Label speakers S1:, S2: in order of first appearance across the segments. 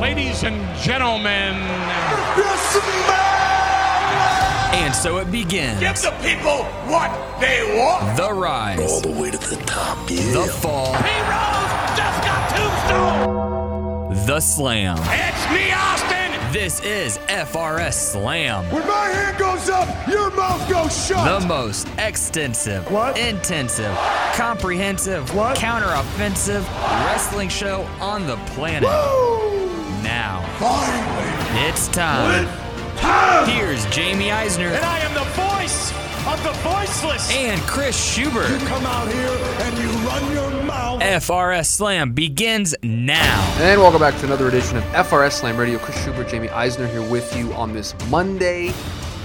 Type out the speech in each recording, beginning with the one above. S1: Ladies and gentlemen.
S2: And so it begins.
S3: Give the people what they want.
S2: The rise.
S4: All the way to the top, yeah.
S2: The fall.
S3: He rose, just got tombstone.
S2: The slam.
S3: It's me, Austin.
S2: This is FRS Slam.
S5: When my hand goes up, your mouth goes shut.
S2: The most extensive,
S5: What?
S2: intensive, comprehensive,
S5: What?
S2: counter-offensive wrestling show on the planet.
S5: Woo!
S2: Now,
S5: Finally,
S2: it's time.
S5: time.
S2: Here's Jamie Eisner
S1: And I am the voice of the voiceless.
S2: and Chris Schubert.
S5: Come out here and you run your mouth.
S2: FRS Slam begins now.
S6: And welcome back to another edition of FRS Slam Radio. Chris Schubert, Jamie Eisner here with you on this Monday.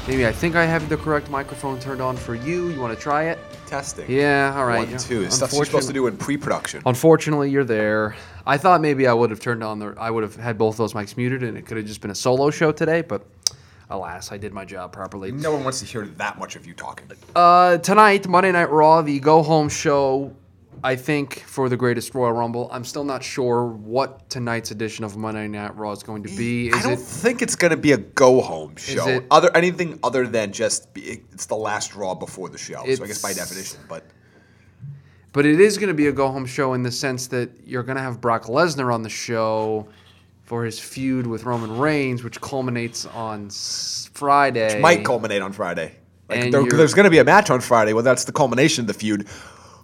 S6: Jamie, I think I have the correct microphone turned on for you. You want to try it?
S7: Testing.
S6: Yeah, all right.
S7: One, two. It's stuff you're supposed to do in pre-production.
S6: Unfortunately, you're there. I thought maybe I would have turned on the. I would have had both those mics muted, and it could have just been a solo show today. But alas, I did my job properly.
S7: No one wants to hear that much of you talking.
S6: Uh, tonight, Monday Night Raw, the go home show. I think for the greatest Royal Rumble. I'm still not sure what tonight's edition of Monday Night Raw is going to be. Is
S7: I don't
S6: it
S7: think it's going to be a go-home show.
S6: it-
S7: other anything other than just be, it's the last draw before the show. So I guess by
S6: It's-
S7: definition, but
S6: But it is going to be a go home show in the sense that you're going to have Brock Lesnar on the show for his feud with Roman Reigns, which culminates on s- Friday.
S7: might culminate on Friday. Like
S6: And
S7: there,
S6: you're-
S7: there's going to be a match on Friday. Whether that's the culmination of the feud,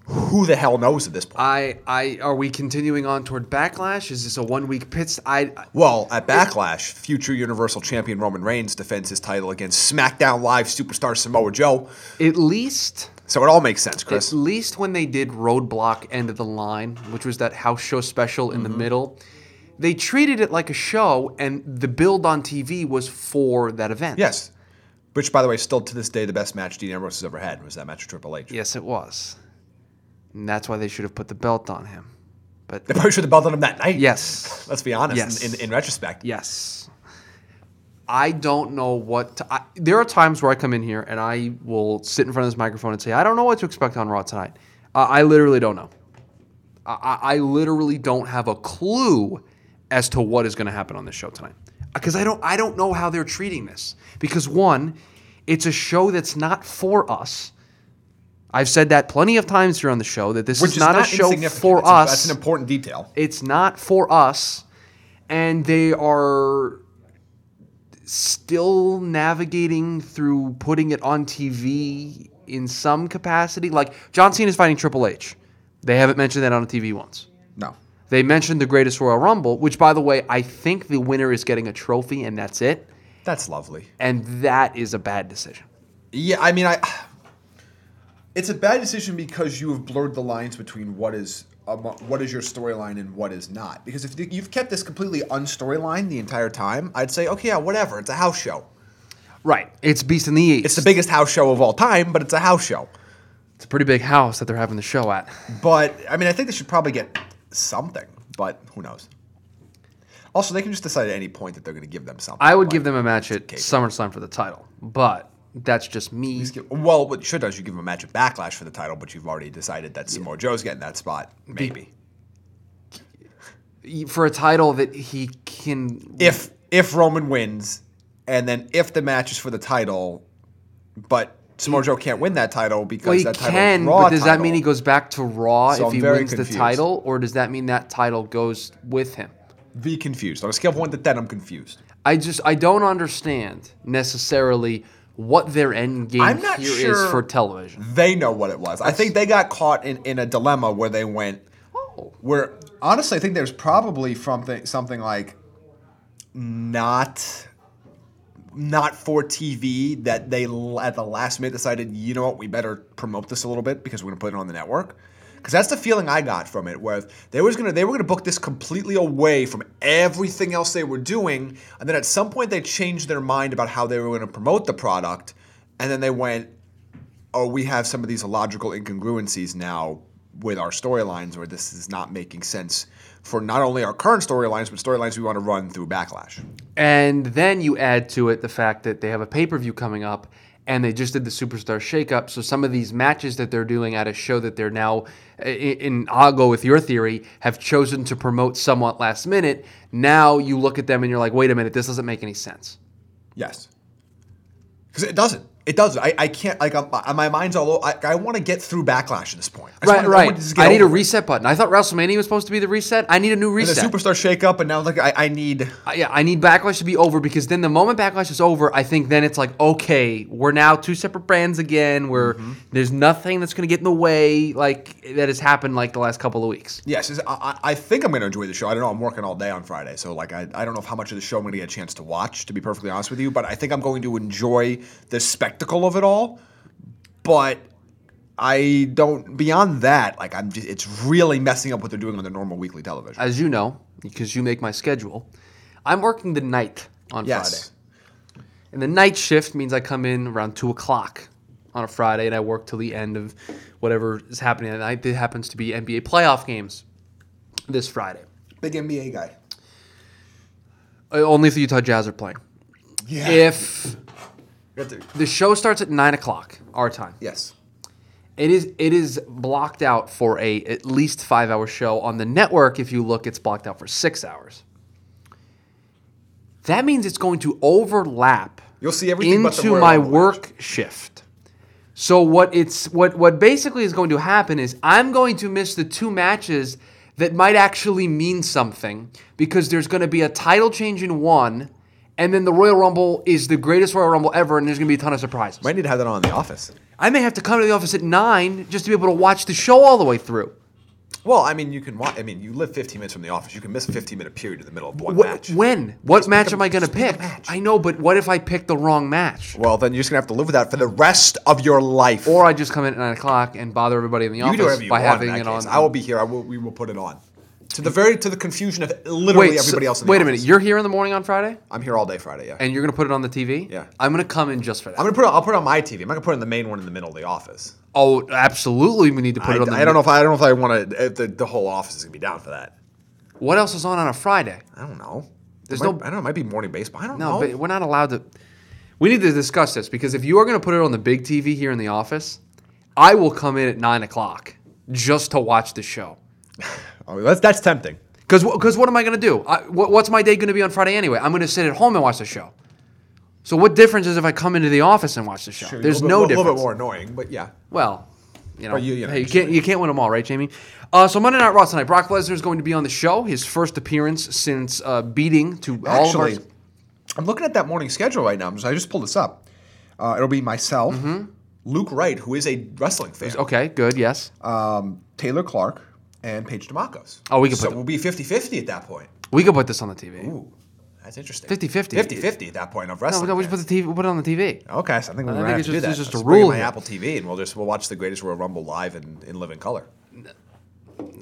S7: who the hell knows at this point?
S6: I, I, are we continuing on toward Backlash? Is this a one week pit? st- I, I-
S7: well, at Backlash, future Universal Champion Roman Reigns defends his title against SmackDown Live superstar Samoa Joe.
S6: at least,
S7: So it all makes sense, Chris.
S6: at least when they did Roadblock End of the Line, which was that house show special in the
S7: Mm-hmm.
S6: middle, they treated it like a show, and the build on TV was for that event.
S7: Yes. Which, by the way, is still to this day the best match Dean Ambrose has ever had was that match with Triple H.
S6: Yes, it was. And that's why they should have put the belt on him. But
S7: They probably should have belted him that night.
S6: yes,
S7: Let's be honest.
S6: Yes.
S7: In, in, in retrospect.
S6: yes. I don't know what to. I, there are times where I come in here and I will sit in front of this microphone and say, I don't know what to expect on Raw tonight. Uh, I literally don't know. I, I, I literally don't have a clue as to what is going to happen on this show tonight because I don't. I don't know how they're treating this because one, it's a show that's not for us. I've said that plenty of times here on the show that this
S7: Which
S6: is not, a show
S7: insignificant.
S6: for
S7: It's a-
S6: us.
S7: That's an important detail.
S6: It's not for us, and they are still navigating through putting it on TV in some capacity. Like John Cena is fighting Triple H. They haven't mentioned that on TV once.
S7: No.
S6: They mentioned the Greatest Royal Rumble, which, by the way, I think the winner is getting a trophy, and that's it.
S7: That's lovely.
S6: And that is a bad decision.
S7: Yeah, I mean, I. It's a bad decision because you have blurred the lines between what is amo- what is your storyline and what is not. Because if you've kept this completely unstoryline the entire time, I'd say, okay, yeah, whatever. It's a house show.
S6: Right. It's Beast in the East.
S7: It's the biggest house show of all time, but it's a house show.
S6: it's a pretty big house that they're having the show at.
S7: But I mean, I think they should probably get something, but who knows? Also, they can just decide at any point that they're going to give them something.
S6: I would
S7: Like,
S6: give them a match at
S7: Okay.
S6: SummerSlam for the title, but that's just me.
S7: just give- Well, what sure does you give them a match of backlash for the title, but you've already decided that Samoa Joe's getting that spot, maybe.
S6: e, for a title that he can
S7: if if Roman wins, and then if the match is for the title, but Samoa Joe can't win that title because
S6: well, he
S7: that title
S6: can,
S7: is Raw
S6: but does that
S7: title.
S6: mean he goes back to Raw
S7: So
S6: if
S7: I'm
S6: he
S7: very
S6: wins the
S7: confused.
S6: title, or does that mean that title goes with him?
S7: Be confused on a scale of one to ten. I'm confused.
S6: I just I don't understand necessarily what their end game here
S7: I'm
S6: is
S7: not sure-
S6: for television.
S7: They know what it was. I think they got caught in, in a dilemma where they went. Where Oh. honestly, I think there's probably something something like not not for TV that they l- at the last minute decided you know what we better promote this a little bit because we're gonna put it on the network. Because that's the feeling I got from it, where they was gonna they were gonna book this completely away from everything else they were doing, and then at some point they changed their mind about how they were gonna promote the product, and then they went, oh, we have some of these illogical incongruencies now with our storylines where this is not making sense for not only our current storylines, but storylines we want to run through Backlash.
S6: And then you add to it the fact that they have a pay per view coming up, and they just did the superstar shakeup. So some of these matches that they're doing at a show that they're now, i- in I'll go with your theory, have chosen to promote somewhat last minute. Now you look at them and you're like, wait a minute, this doesn't make any sense.
S7: Yes. Because it doesn't. It doesn't. I, I can't, like, I'm, I, my mind's all over. I, I want to get through backlash at this point. I just
S6: Right,
S7: wanna- I
S6: right.
S7: wanna just get
S6: I need a
S7: over it.
S6: reset button. I thought WrestleMania was supposed to be the reset. I need a new
S7: And The
S6: reset.
S7: superstar shakeup, and now, like, I, I need.
S6: I- yeah, I need Backlash to be over because then the moment Backlash is over, I think then it's like, okay, we're now two separate brands again. Where
S7: Mm-hmm.
S6: there's nothing that's going to get in the way, like that has happened like the last couple of weeks.
S7: Yes, is- I, I I think I'm going to enjoy the show. I don't know. I'm working all day on Friday, so like I, I don't know how much of the show I'm going to get a chance to watch. To be perfectly honest with you, but I think I'm going to enjoy the spectacle of it all. But I don't. Beyond that, like I'm, just, it's really messing up what they're doing on their normal weekly television.
S6: As you know, because you make my schedule, I'm working the night on
S7: yes,
S6: Friday, and the night shift means I come in around two o'clock on a Friday, and I work till the end of whatever is happening at night. It happens to be NBA playoff games this Friday.
S7: big NBA guy.
S6: Uh, Only if the Utah Jazz are playing.
S7: Yeah.
S6: If
S7: Got to-
S6: the show starts at nine o'clock our time,
S7: yes.
S6: it is it is blocked out for a at least five hour show on the network. If you look, it's blocked out for six hours. That means it's going to overlap
S7: You'll see everything but the
S6: into
S7: word
S6: my
S7: on the
S6: work shift. So what it's what what basically is going to happen is I'm going to miss the two matches that might actually mean something because there's going to be a title change in one, and then the Royal Rumble is the greatest Royal Rumble ever, and there's going to be a ton of surprises.
S7: Might need to have that on in the office.
S6: I may have to come to the office at nine just to be able to watch the show all the way through.
S7: Well, I mean, you can watch. I mean, you live 15 minutes from the office. You can miss a 15 minute period in the middle of one
S6: Wh-
S7: match.
S6: When? What match
S7: pick a-
S6: am I going to
S7: just pick a
S6: pick?
S7: match.
S6: I know, but what if I pick the wrong match?
S7: Well, then you're just gonna have to live with that for the rest of your life.
S6: Or I just come in at nine o'clock and bother everybody in the
S7: You
S6: office
S7: can do whatever you
S6: by
S7: want. in
S6: having
S7: that
S6: it
S7: case.
S6: on.
S7: I will be here. I will, we will put it on. To the very to the confusion of literally
S6: Wait, so-
S7: everybody else. In the
S6: wait a
S7: office.
S6: minute. You're here in the morning on Friday,
S7: I'm here all day Friday. Yeah.
S6: and you're going to put it on the TV.
S7: Yeah.
S6: I'm going to come in just for that.
S7: I'm gonna put. It, I'll put it on my TV. I'm not gonna put it on the main one in the middle of the office.
S6: oh, absolutely. We need to put
S7: I,
S6: it on. The
S7: I don't know if I, I don't know if I want to. The, the whole office is gonna be down for that.
S6: What else is on on a Friday?
S7: I don't know.
S6: There's
S7: It might-
S6: no-
S7: I don't know. It might be morning baseball. I don't
S6: No,
S7: know.
S6: but we're not allowed to. We need to discuss this because if you are going to put it on the big TV here in the office, I will come in at nine o'clock just to watch the show.
S7: Oh, that's that's tempting.
S6: Because because what am I going to do? I, what, what's my day going to be on Friday anyway? I'm going to sit at home and watch the show. So what difference is if I come into the office and watch the show?
S7: Sure,
S6: There's
S7: a little bit-
S6: no
S7: a little
S6: difference.
S7: bit more annoying, but yeah.
S6: Well, you know,
S7: Well, you- you know,
S6: hey, you
S7: you
S6: can't you can't win them all, right, Jamie? Uh, so Monday Night Raw tonight, Brock Lesnar is going to be on the show. His first appearance since uh, beating to all of our.
S7: Actually, I'm looking at that morning schedule right now. I'm just, I just pulled this up. Uh, it'll be myself,
S6: Mm-hmm.
S7: Luke Wright, who is a wrestling fan.
S6: Okay, good. Yes,
S7: Uh, Taylor Clark and Paige DeMacos.
S6: Oh, we can
S7: so
S6: put them-
S7: we'll be 50-50 at that point.
S6: we could put this on the TV.
S7: Ooh, that's interesting.
S6: 50-50.
S7: 50-50 at that point of
S6: no,
S7: wrestling.
S6: no, we should
S7: fans.
S6: put the TV. We'll put it on the TV.
S7: okay, so I think we're
S6: I
S7: gonna
S6: think
S7: have
S6: it's
S7: to do
S6: just-
S7: that.
S6: it's just a
S7: Let's bring in
S6: rule
S7: my
S6: here.
S7: Apple TV, and we'll just we'll watch the Greatest Royal Rumble live in, in living color,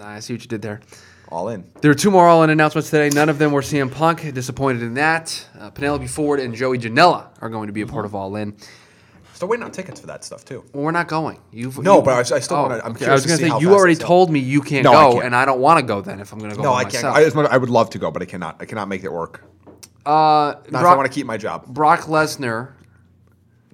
S6: I see what you did there.
S7: all in.
S6: There were two more All In announcements today. None of them were CM Punk. Disappointed in that. Uh, Penelope Ford and Joey Janela are going to be a part of All In.
S7: Still waiting on tickets for that stuff too.
S6: Well, we're not going. You've
S7: No,
S6: you- Oh,
S7: but I was- I still wanna- I'm
S6: I
S7: curious
S6: was
S7: to
S6: gonna
S7: see
S6: say
S7: how
S6: you
S7: fast
S6: already
S7: they sell.
S6: told me you can't
S7: No, I
S6: go,
S7: can't.
S6: and I don't want to go. Then if I'm going to go,
S7: No,
S6: by
S7: I can't.
S6: myself.
S7: I, as much- I would love to go, but I cannot. I cannot make it work.
S6: Uh,
S7: Not if I
S6: Brock-
S7: want to keep my job.
S6: Brock Lesnar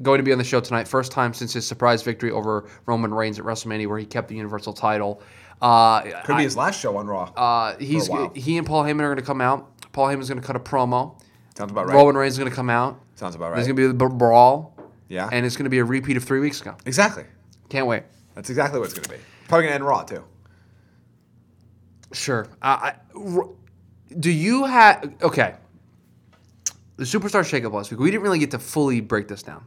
S6: going to be on the show tonight. First time since his surprise victory over Roman Reigns at WrestleMania, where he kept the Universal title. Uh,
S7: Could
S6: I-
S7: be his last show on Raw.
S6: uh, he's
S7: for a while.
S6: he and Paul Heyman are going to come out. Paul Heyman's going to cut a promo.
S7: Sounds about right.
S6: Roman Reigns is going to come out.
S7: Sounds about
S6: There's
S7: right.
S6: going to be a b- brawl.
S7: Yeah.
S6: and it's going to be a repeat of three weeks ago.
S7: exactly.
S6: Can't wait.
S7: That's exactly what it's going to be. Probably going to end Raw too.
S6: Sure. I I- r- do you have okay? The superstar shakeup last week. We didn't really get to fully break this down.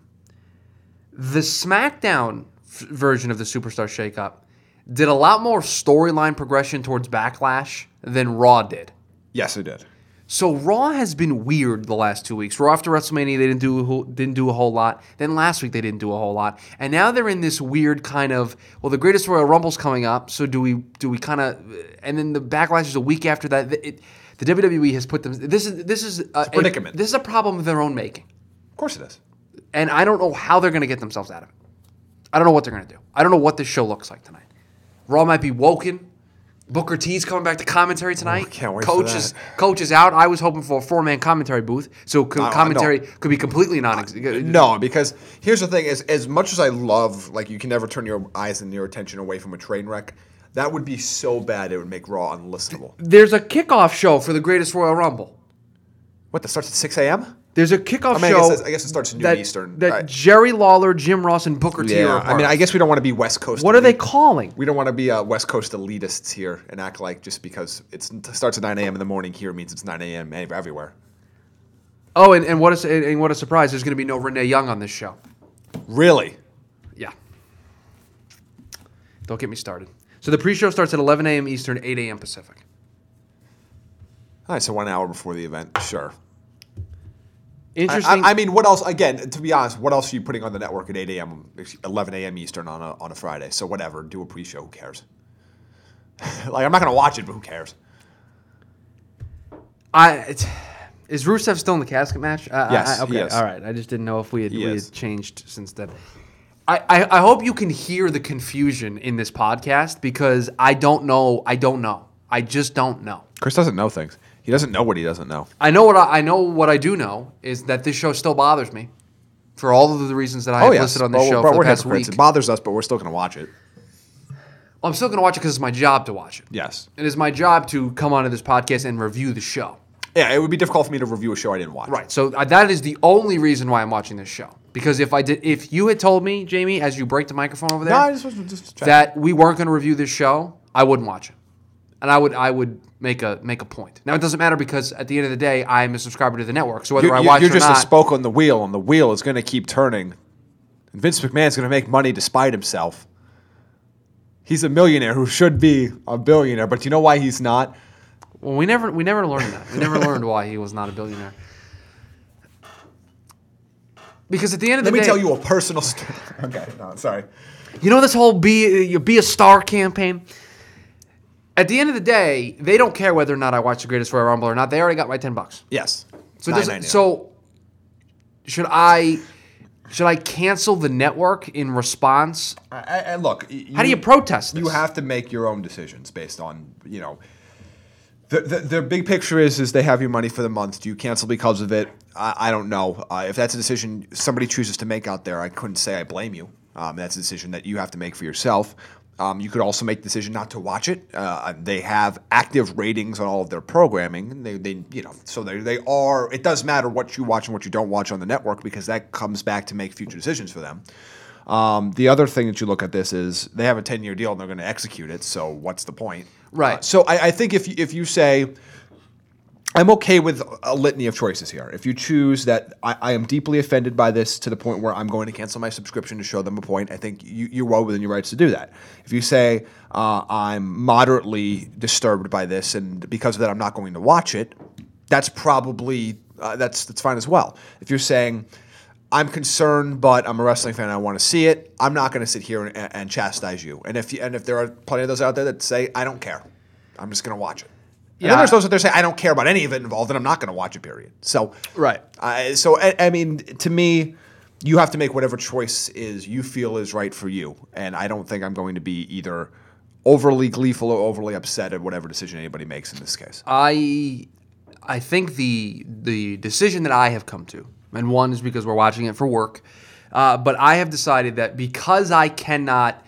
S6: The SmackDown f- version of the superstar shakeup did a lot more storyline progression towards Backlash than Raw did.
S7: Yes, it did.
S6: So Raw has been weird the last two weeks. Raw after WrestleMania they didn't do a whole, didn't do a whole lot. Then last week they didn't do a whole lot, and now they're in this weird kind of well, the Greatest Royal Rumble's coming up, so do we do we kind of and then the backlash is a week after that. It, the WWE has put them. This is this is a, a
S7: predicament.
S6: this is a problem of their own making,
S7: Of course it is.
S6: and I don't know how they're going to get themselves out of it. I don't know what they're going to do. I don't know what this show looks like tonight. Raw might be woken. Booker T's coming back to commentary tonight.
S7: Oh, can't wait for
S6: Coach
S7: that.
S6: is coach is out. I was hoping for a four man commentary booth, so co-
S7: I don't-
S6: commentary could be completely non. No,
S7: No, because here's the thing: is as much as I love, like you can never turn your eyes and your attention away from a train wreck. That would be so bad it would make Raw unlistenable.
S6: there's a kickoff show for the Greatest Royal Rumble.
S7: What? That starts at six a.m.
S6: There's a
S7: I
S6: kickoff
S7: mean, I
S6: show.
S7: guess it's- I guess it starts noon
S6: that,
S7: Eastern.
S6: That
S7: Right.
S6: Jerry Lawler, Jim Ross, and Booker T are.
S7: Yeah,
S6: a
S7: I mean,
S6: part
S7: I
S6: of.
S7: guess we don't want to be West Coast.
S6: What are they
S7: elite-
S6: calling?
S7: We don't want to be uh, West Coast elitists here and act like just because it's, it starts at 9 a.m. in the morning here means it's 9 a.m. ev- everywhere.
S6: Oh, and, and what is and, and what a surprise! There's going to be no Renee Young on this show.
S7: Really?
S6: Yeah. Don't get me started. So the pre-show starts at 11 a.m. Eastern, 8 a.m. Pacific.
S7: All right, so one hour before the event, sure. I,
S6: Interesting.
S7: I, I mean, what else? Again, to be honest, what else are you putting on the network at 8 a.m., 11 a.m. Eastern on a, on a Friday? So whatever, do a pre-show. Who cares? like I'm not gonna watch it, but who cares?
S6: I it's, is Rusev still in the casket match? I- I-
S7: Yes,
S6: I, okay.
S7: he is.
S6: All right. I just didn't know if we had,
S7: He
S6: we
S7: is.
S6: had changed since then. I, I, I hope you can hear the confusion in this podcast because I don't know. I don't know. I just don't know.
S7: Chris doesn't know things. He doesn't know what he doesn't know.
S6: I know what I, I know. What I do know is that this show still bothers me for all of the reasons that I have listed on the
S7: Bro,
S6: show
S7: bro,
S6: for
S7: Oh, we're
S6: the past
S7: hypocrites.
S6: week.
S7: It bothers us, but we're still gonna watch it.
S6: I'm still going to watch it because it's my job to watch it.
S7: Yes.
S6: It is my job to come onto this podcast and review the show.
S7: Yeah, it would be difficult for me to review a show I didn't watch.
S6: Right. So uh, that is the only reason why I'm watching this show. Because if I did, if you had told me, Jamie, as you break the microphone over there,
S7: No, I just was just checking.
S6: that we weren't going to review this show, I wouldn't watch it, and I would I would make a make a point. Now it doesn't matter because at the end of the day, I am a subscriber to the network. So whether
S7: you're,
S6: I
S7: you're-
S6: watch
S7: you're
S6: it or
S7: just
S6: not,
S7: a spoke on the wheel, and the wheel is going to keep turning. And Vince McMahon's going to make money despite himself. He's a millionaire who should be a billionaire, but you know why he's not?
S6: well, we never we never learned that. We never learned why he was not a billionaire. Because at the end of
S7: Let
S6: the
S7: me
S6: day,
S7: tell you a personal story. okay, no, sorry.
S6: You know this whole be you be a star campaign. At the end of the day, they don't care whether or not I watch the Greatest Royal Rumble or not. They already got my ten bucks.
S7: Yes.
S6: So does it, so should I should I cancel the network in response?
S7: I, I, I- look, y-
S6: How do you protest this?
S7: You have to make your own decisions based on you know. The, the, their big picture is is they have your money for the month. Do you cancel because of it? I, I don't know. Uh, if that's a decision somebody chooses to make out there, I couldn't say I blame you. Um, that's a decision that you have to make for yourself. Um, you could also make the decision not to watch it. Uh, they have active ratings on all of their programming. and They, they you know, so they, they are. It does matter what you watch and what you don't watch on the network because that comes back to make future decisions for them. Um, the other thing that you look at this is they have a 10 year deal and they're going to execute it. So what's the point?
S6: Right.
S7: Uh, so I, I think if you, if you say, I'm okay with a litany of choices here. If you choose that I, I am deeply offended by this to the point where I'm going to cancel my subscription to show them a point, I think you, you're well within your rights to do that. If you say uh, I'm moderately disturbed by this and because of that I'm not going to watch it, that's probably uh, that's that's fine as well. If you're saying I'm concerned, but I'm a wrestling fan. I want to see it. I'm not going to sit here and, and chastise you. And if you, and if there are plenty of those out there that say I don't care, I'm just going to watch it. And
S6: Yeah.
S7: then there's those that they're saying I don't care about any of it involved, and I'm not going to watch it. Period. So
S6: Right.
S7: I so I, I mean, to me, you have to make whatever choice is you feel is right for you, and I don't think I'm going to be either overly gleeful or overly upset at whatever decision anybody makes in this case.
S6: Uh, I I think the the decision that I have come to, and one is because we're watching it for work, uh, but I have decided that because I cannot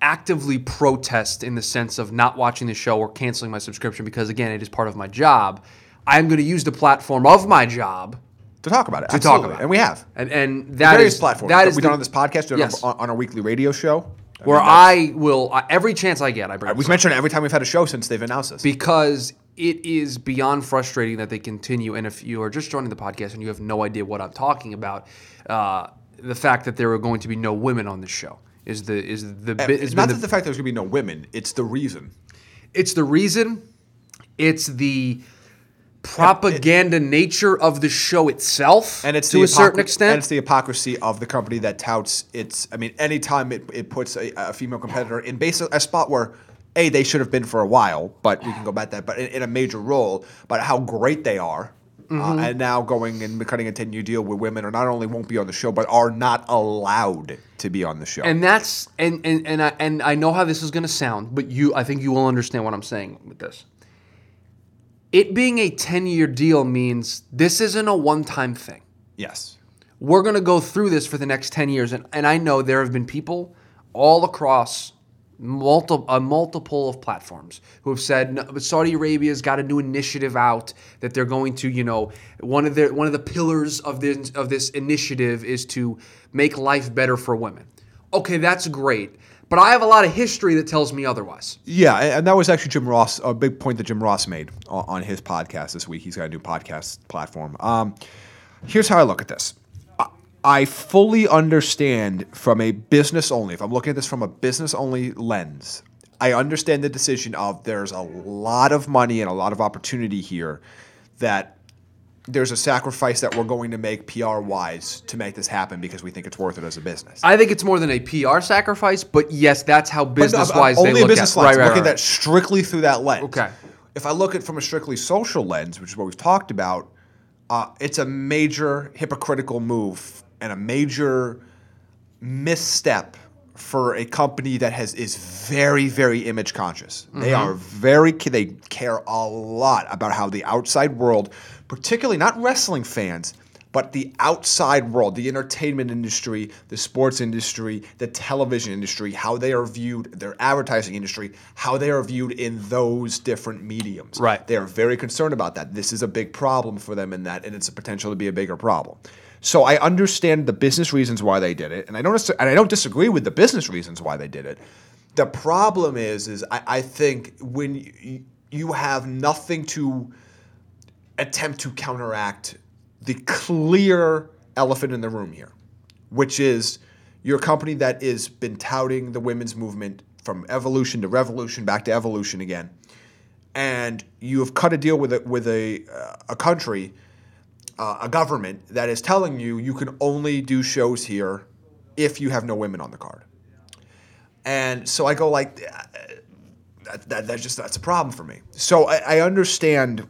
S6: actively protest in the sense of not watching the show or canceling my subscription because again it is part of my job, I am going to use the platform of my job
S7: to talk about it,
S6: to
S7: absolutely.
S6: talk about,
S7: and we have
S6: and and that
S7: various
S6: is-
S7: platforms
S6: that
S7: that
S6: is
S7: we've
S6: the-
S7: done on this podcast, we've done
S6: yes.
S7: on, on our weekly radio show. I
S6: where
S7: mean, that's-
S6: I will I- every chance I get I bring.
S7: We've
S6: this up.
S7: mentioned it every time we've had a show since they've announced this.
S6: because it is beyond frustrating that they continue. And if you are just joining the podcast and you have no idea what I'm talking about, uh, the fact that there are going to be no women on this show is the is the bi-
S7: it's
S6: has
S7: Eh, not
S6: been
S7: that the fact there's going to be no women; it's the reason.
S6: it's the reason, it's the propaganda nature of the show itself,
S7: and it's
S6: to
S7: the
S6: a certain
S7: hypocr-
S6: extent.
S7: And it's the hypocrisy of the company that touts its. I mean, anytime it, it puts a, a female competitor in basically a spot where. A, they should have been for a while, but we can go back to that. But in, in a major role, but how great they are, uh,
S6: Mm-hmm.
S7: and now going and cutting a ten year deal with women are not only won't be on the show, but are not allowed to be on the show.
S6: And that's and and and I, and I know how this is going to sound, but you I think you will understand what I'm saying with this. It being a 10-year deal means this isn't a one-time thing.
S7: yes,
S6: We're going to go through this for the next 10 years and and I know there have been people all across multiple a multiple of platforms who have said "No, but Saudi Arabia's got a new initiative out that they're going to, you know, one of their one of the pillars of this of this initiative is to make life better for women. Okay, that's great. But I have a lot of history that tells me otherwise.
S7: Yeah, a- and that was actually Jim Ross, a big point that Jim Ross made o- on his podcast this week. He's got a new podcast platform. Um, here's how I look at this I- I fully understand from a business only, if I'm looking at this from a business only lens, I understand the decision of there's a lot of money and a lot of opportunity here that there's a sacrifice that we're going to make PR wise to make this happen because we think it's worth it as a business.
S6: I think it's more than a PR sacrifice, but yes, that's how
S7: But no, I'm-
S6: business wise
S7: I'm
S6: they
S7: only
S6: look
S7: business
S6: at
S7: lens.
S6: right,
S7: I'm
S6: right,
S7: looking
S6: right.
S7: at that strictly through that lens.
S6: Okay.
S7: If I look at it from a strictly social lens, which is what we've talked about, uh, it's a major hypocritical move and a major misstep for a company that has is very very image conscious. They are very ca- they care a lot about how the outside world, particularly not wrestling fans, but the outside world, the entertainment industry, the sports industry, the television industry, how they are viewed, their advertising industry, how they are viewed in those different mediums.
S6: Right.
S7: They are very concerned about that. This is a big problem for them in that, and it's a potential to be a bigger problem. So I understand the business reasons why they did it, and I don't necessar- and I don't disagree with the business reasons why they did it. The problem is, is I, I think when you, you have nothing to attempt to counteract the clear elephant in the room here, which is your company that has been touting the women's movement from evolution to revolution, back to evolution again, and you have cut a deal with a, with a uh, a country, uh, a government that is telling you you can only do shows here if you have no women on the card, and so I go like. uh, That, that, that's just that's a problem for me. So I, I understand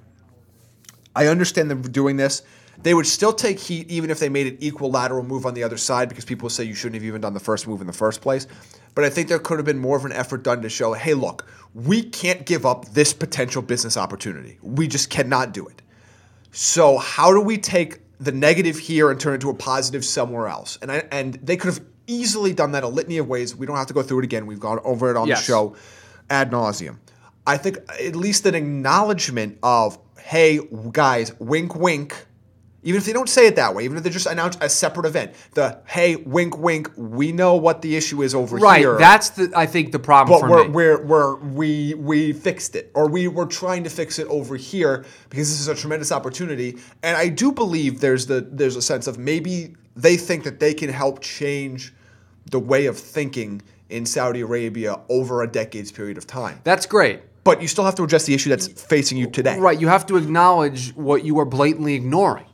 S7: I understand them doing this. They would still take heat even if they made an equilateral move on the other side because people say you shouldn't have even done the first move in the first place. But I think there could have been more of an effort done to show, hey, look, we can't give up this potential business opportunity. We just cannot do it. So how do we take the negative here and turn it into a positive somewhere else? And I, and they could have easily done that a litany of ways. We don't have to go through it again. We've gone over it on
S6: Yes.
S7: the show ad nauseum. I think at least an acknowledgement of, hey guys, wink wink. Even if they don't say it that way, even if they just announce a separate event, the hey wink wink, we know what the issue is over
S6: Right,
S7: here
S6: that's the I think the problem
S7: but
S6: for
S7: we're,
S6: me.
S7: we're, we're we we fixed it or we were trying to fix it over here because this is a tremendous opportunity and i do believe there's the there's a sense of maybe they think that they can help change the way of thinking in saudi arabia over a decade's period of time
S6: that's great.
S7: but you still have to address the issue that's facing you today
S6: Right, you have to acknowledge what you are blatantly ignoring.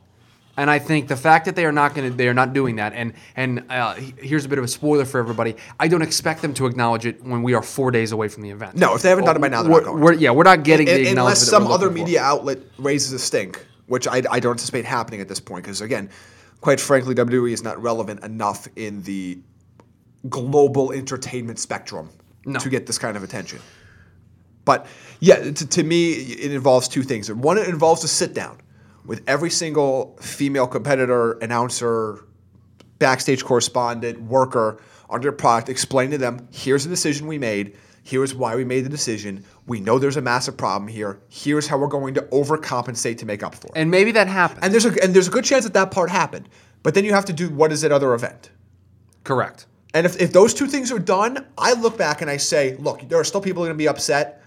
S6: And I think the fact that they are not going to, they are not doing that. And and uh, he- here's a bit of a spoiler for everybody. I don't expect them to acknowledge it when we are four days away from the event.
S7: No, if they haven't done it by now, they're not
S6: we're,
S7: going to.
S6: we're- yeah, we're not getting
S7: Un-
S6: the acknowledgement.
S7: unless
S6: that
S7: some
S6: we're looking
S7: other
S6: for.
S7: media outlet raises a stink, which I, I don't anticipate happening at this point, because again, quite frankly, WWE is not relevant enough in the global entertainment spectrum
S6: No.
S7: to get this kind of attention. But yeah, to, to me, it involves two things. One, it involves a sit down with every single female competitor, announcer, backstage correspondent, worker on their product, explain to them here's the decision we made. Here's why we made the decision. We know there's a massive problem here. Here's how we're going to overcompensate to make up for it.
S6: And maybe that happened.
S7: And there's a and there's a good chance that that part happened. But then you have to do what is that other event?
S6: Correct.
S7: And if, if those two things are done, I look back and I say, look, there are still people going to be upset.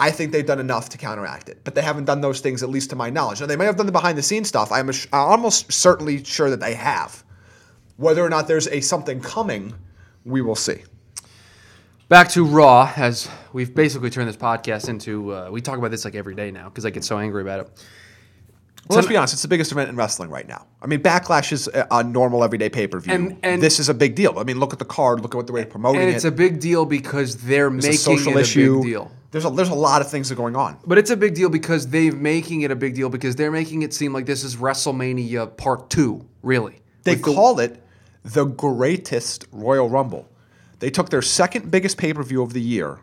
S7: I think they've done enough to counteract it, but they haven't done those things, at least to my knowledge. Now, they may have done the behind the scenes stuff. I'm, ass- I'm almost certainly sure that they have. Whether or not there's a something coming, we will see.
S6: Back to Raw, as we've basically turned this podcast into, uh, we talk about this like every day now because I get so angry about it.
S7: Well, let's be honest. It's the biggest event in wrestling right now. I mean, Backlash is a, a normal everyday pay per view.
S6: And- and-
S7: this is a big deal. I mean, look at the card. Look at what the way they're promoting
S6: and
S7: it.
S6: it's a big deal because they're
S7: It's
S6: making it a big deal.
S7: There's a there's a lot of things that are going on.
S6: But it's a big deal because they're making it a big deal because they're making it seem like this is WrestleMania Part Two, really.
S7: They
S6: With the-
S7: call it the greatest Royal Rumble. They took their second biggest pay per view of the year,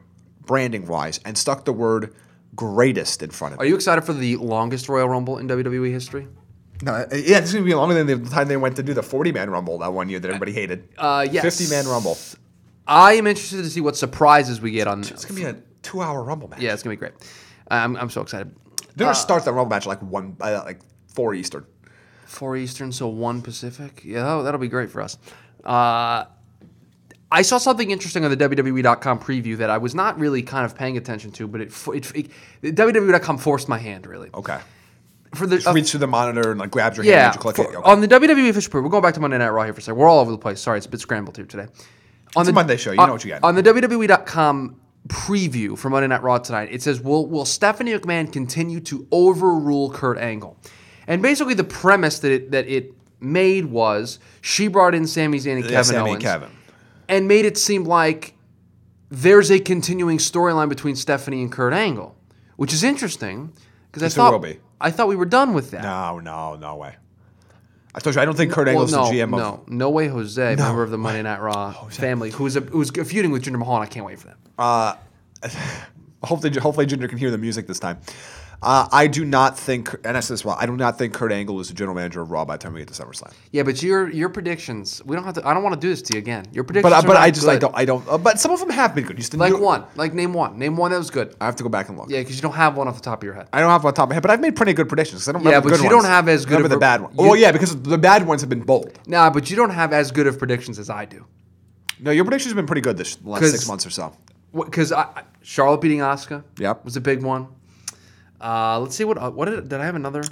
S7: branding wise, and stuck the word greatest in front of
S6: Are
S7: it.
S6: you excited for the longest Royal Rumble in WWE history?
S7: No, uh, yeah, this is gonna be longer than the time they went to do the 40 man Rumble that one year that everybody hated.
S6: Uh, yes.
S7: 50 man Rumble.
S6: I am interested to see what surprises we get on this.
S7: It's gonna be a two hour Rumble match.
S6: yeah, it's gonna be great. I'm, I'm so excited.
S7: They're gonna start that Rumble match like one uh, like four Eastern.
S6: Four Eastern, so one Pacific. Yeah, that'll, that'll be great for us. Uh, I saw something interesting on the WWE.com preview that I was not really kind of paying attention to, but it, fo- it, it WWE.com forced my hand really.
S7: Okay.
S6: For the
S7: Just reach through the monitor and like grabs your
S6: Yeah.
S7: hand and you click
S6: for-
S7: it. Okay.
S6: On the WWE official preview, we're going back to Monday Night Raw here for a second. We're all over the place. Sorry, it's a bit scrambled here today. On
S7: It's a Monday show. You know what you got.
S6: On the WWE.com preview for Monday Night Raw tonight, it says, "Will Will Stephanie McMahon continue to overrule Kurt Angle?" And basically, the premise that it that it made was she brought in Sami Zayn and Kevin
S7: Sammy and
S6: Owens
S7: Kevin.
S6: and made it seem like there's a continuing storyline between Stephanie and Kurt Angle, which is interesting because I
S7: Yes, there
S6: thought
S7: will be.
S6: I thought we were done with that.
S7: No, no, no way. I told you, I don't think Kurt
S6: Well,
S7: Angle's
S6: no,
S7: the GM of.
S6: no, no way, Jose, member of the Monday Night Raw family, who's a, who's feuding with Jinder Mahal. And I can't wait for that.
S7: Uh, Hopefully, hopefully Ginger can hear the music this time. Uh, I do not think, and I said this well, I do not think Kurt Angle is the general manager of Raw by the time we get to SummerSlam.
S6: Yeah, but your your predictions. We don't have to. I don't want to do this to you again. Your
S7: But
S6: predictions.
S7: uh,
S6: are
S7: but
S6: not
S7: I just I
S6: good.
S7: don't I don't. Uh, but some of them have been good. You just didn't
S6: like
S7: do it.
S6: one. Like name one. Name one that was good.
S7: I have to go back and look.
S6: Yeah, because you don't have one off the top of your head.
S7: I don't have one on top of my head, but I've made pretty good predictions. 'cause I don't
S6: Yeah,
S7: remember
S6: but
S7: the good
S6: you
S7: ones.
S6: don't have as good
S7: Remember
S6: of
S7: the
S6: a-
S7: bad one.
S6: you-
S7: well, yeah, because the bad ones have been bold.
S6: Nah, but you don't have as good of predictions as I do.
S7: No, your predictions have been pretty good this last
S6: 'Cause-
S7: six months or so.
S6: Because I, I- Charlotte beating Oscar.
S7: Yep.
S6: Was a big one. Uh, let's see what uh, what did, did I have another?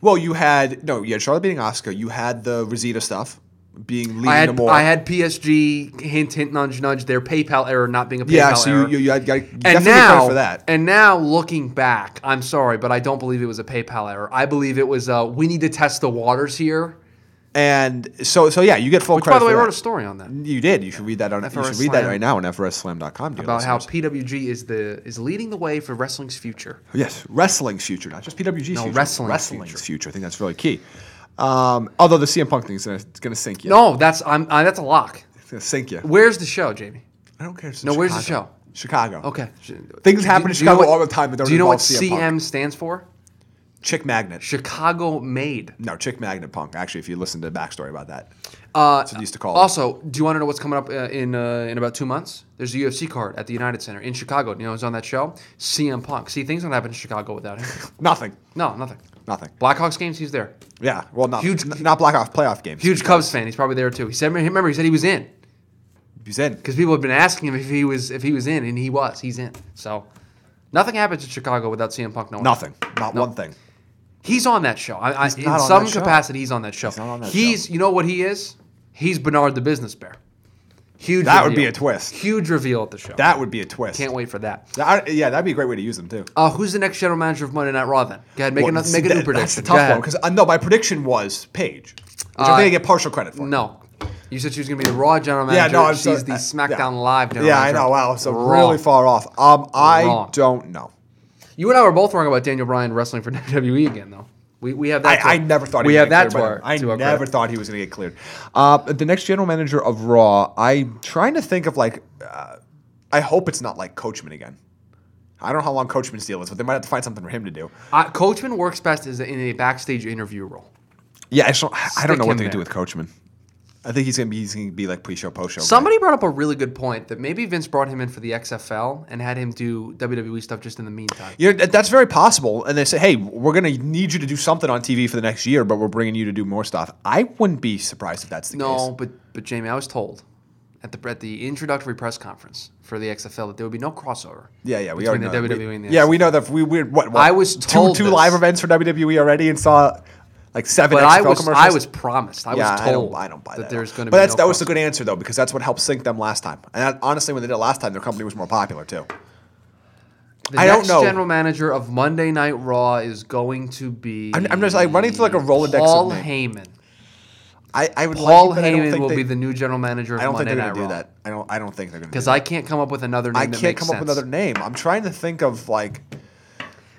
S7: Well, you had no, you had Charlotte beating Oscar. You had the Rosita stuff being leading
S6: I
S7: to
S6: had
S7: more.
S6: I had PSG hint hint nudge nudge their PayPal error not being a PayPal
S7: yeah, so
S6: error.
S7: you, you, you, had, you
S6: and
S7: definitely
S6: now,
S7: for that.
S6: and now looking back, I'm sorry, but I don't believe it was a PayPal error. I believe it was uh, we need to test the waters here.
S7: And so, so yeah, you get full
S6: Which,
S7: credit.
S6: by the way, I
S7: for
S6: wrote
S7: that.
S6: a story on that
S7: You did. You should read that on. You should
S6: FRS
S7: read that
S6: Slam.
S7: right now on FRSSlam.com. dear
S6: about how
S7: listeners.
S6: PWG is the is leading the way for wrestling's future.
S7: yes, wrestling's future, not just PWG's
S6: No,
S7: future.
S6: wrestling's
S7: wrestling's
S6: future.
S7: future. I think that's really key. Um, although the CM Punk thing is gonna, it's gonna sink you.
S6: No, that's I'm I, that's a lock.
S7: it's gonna sink you.
S6: Where's the show, Jamie?
S7: I don't care. It's
S6: No, where's the
S7: Chicago. Chicago.
S6: Okay.
S7: Things happen in
S6: Do you know
S7: Chicago
S6: what-
S7: all the time that don't
S6: Do you know what
S7: involve CM Punk.
S6: CM stands for?
S7: Chick Magnet.
S6: Chicago made.
S7: No, Chick Magnet Punk. Actually, if you listen to the backstory about that,
S6: Uh,
S7: that's what they used to call. it.
S6: Also, do you want to know what's coming up uh, in uh, in about two months? There's a UFC card at the United Center in Chicago. You know who's on that show? CM Punk. See, things don't happen in Chicago without him.
S7: nothing,
S6: No, nothing.
S7: nothing.
S6: Blackhawks games, he's there.
S7: Yeah, well, not
S6: Huge-
S7: n- not blackoff playoff games.
S6: Huge Cubs fan. He's probably there too. He said, remember, he said he was in
S7: He's in.
S6: because people have been asking him if he was if he was in, and he was. He's in. So nothing happens in Chicago without CM Punk knowing.
S7: Nothing. Not one thing.
S6: He's on that show. I, I, in
S7: not on
S6: some
S7: that show.
S6: capacity, he's on that show. He's,
S7: not on that
S6: you know what he is? He's Bernard the Business Bear. Huge.
S7: That would
S6: reveal.
S7: be a twist.
S6: Huge reveal at the show.
S7: That would be a twist.
S6: Can't wait for that.
S7: That- I- yeah, that'd be a great way to use them too.
S6: Uh, who's the next general manager of Monday Night Raw? Then go ahead, make
S7: Well,
S6: another,
S7: see,
S6: make a
S7: that-
S6: new prediction.
S7: That's the
S6: Go
S7: tough
S6: ahead. Uh,
S7: one because uh, no, my prediction was Paige, which I think I get partial credit for.
S6: No, you said she was going to be the Raw general manager.
S7: yeah, no, I'm
S6: she's
S7: so-
S6: the
S7: uh,
S6: SmackDown
S7: yeah.
S6: Live general
S7: Yeah, I
S6: manager.
S7: know. Wow, so
S6: Raw.
S7: really far off. Um, I
S6: Wrong.
S7: don't know.
S6: You and I were both wrong about Daniel Bryan wrestling for WWE again, though. We, we have that. to-
S7: I, I never thought
S6: we
S7: he
S6: have
S7: was gonna
S6: that
S7: get
S6: to our,
S7: cleared by them.
S6: to
S7: I
S6: our
S7: never
S6: credit.
S7: thought he was going to get cleared. Uh, the next general manager of Raw, I'm trying to think of like, uh, I hope it's not like Coachman again. I don't know how long Coachman's deal is, but they might have to find something for him to do.
S6: Uh, Coachman works best is in a backstage interview role.
S7: Yeah, I, just don't- I don't
S6: Stick
S7: know what
S6: him
S7: they do
S6: there.
S7: with Coachman. I think he's going to be he's going to be like pre-show, post-show. guy.
S6: Somebody brought up a really good point that maybe Vince brought him in for the XFL and had him do WWE stuff just in the meantime.
S7: You know, that- that's very possible. And they say, hey, we're going to need you to do something on TV for the next year, but we're bringing you to do more stuff. I wouldn't be surprised if that's the
S6: No,
S7: case.
S6: but but Jamie, I was told at the at the introductory press conference for the XFL that there would be no crossover.
S7: Yeah, yeah, we
S6: between
S7: already know.
S6: the
S7: that.
S6: WWE
S7: We-
S6: and the
S7: yeah,
S6: XFL.
S7: we know that. We, we what, what,
S6: I was
S7: two-
S6: told
S7: two,
S6: this.
S7: live events for WWE already and saw like seven.
S6: But
S7: XFL
S6: I was
S7: commercials.
S6: I was promised. I
S7: yeah,
S6: was
S7: I don't,
S6: told
S7: I don't buy that. at
S6: there's
S7: all.
S6: going to be.
S7: But that's
S6: no
S7: that was a
S6: crossover.
S7: good answer though because that's what helped sink them last time. And that, honestly, when they did it last time, their company was more popular too.
S6: The
S7: I don't
S6: next
S7: know.
S6: general manager of Monday Night Raw is going to be.
S7: I'm- I'm just, like, running through, like, a Rolodex of
S6: Paul
S7: names.
S6: Heyman.
S7: I, I would
S6: Paul
S7: like it, but I don't
S6: Heyman
S7: think
S6: will
S7: they,
S6: be the new general manager of
S7: I don't
S6: Monday
S7: think they're
S6: Night
S7: gonna
S6: Raw.
S7: do that. I don't. I don't think they're gonna. do
S6: Because
S7: that.
S6: I can't come up with another name.
S7: I
S6: that
S7: can't
S6: makes
S7: come up with
S6: sense.
S7: another name. I'm trying to think of like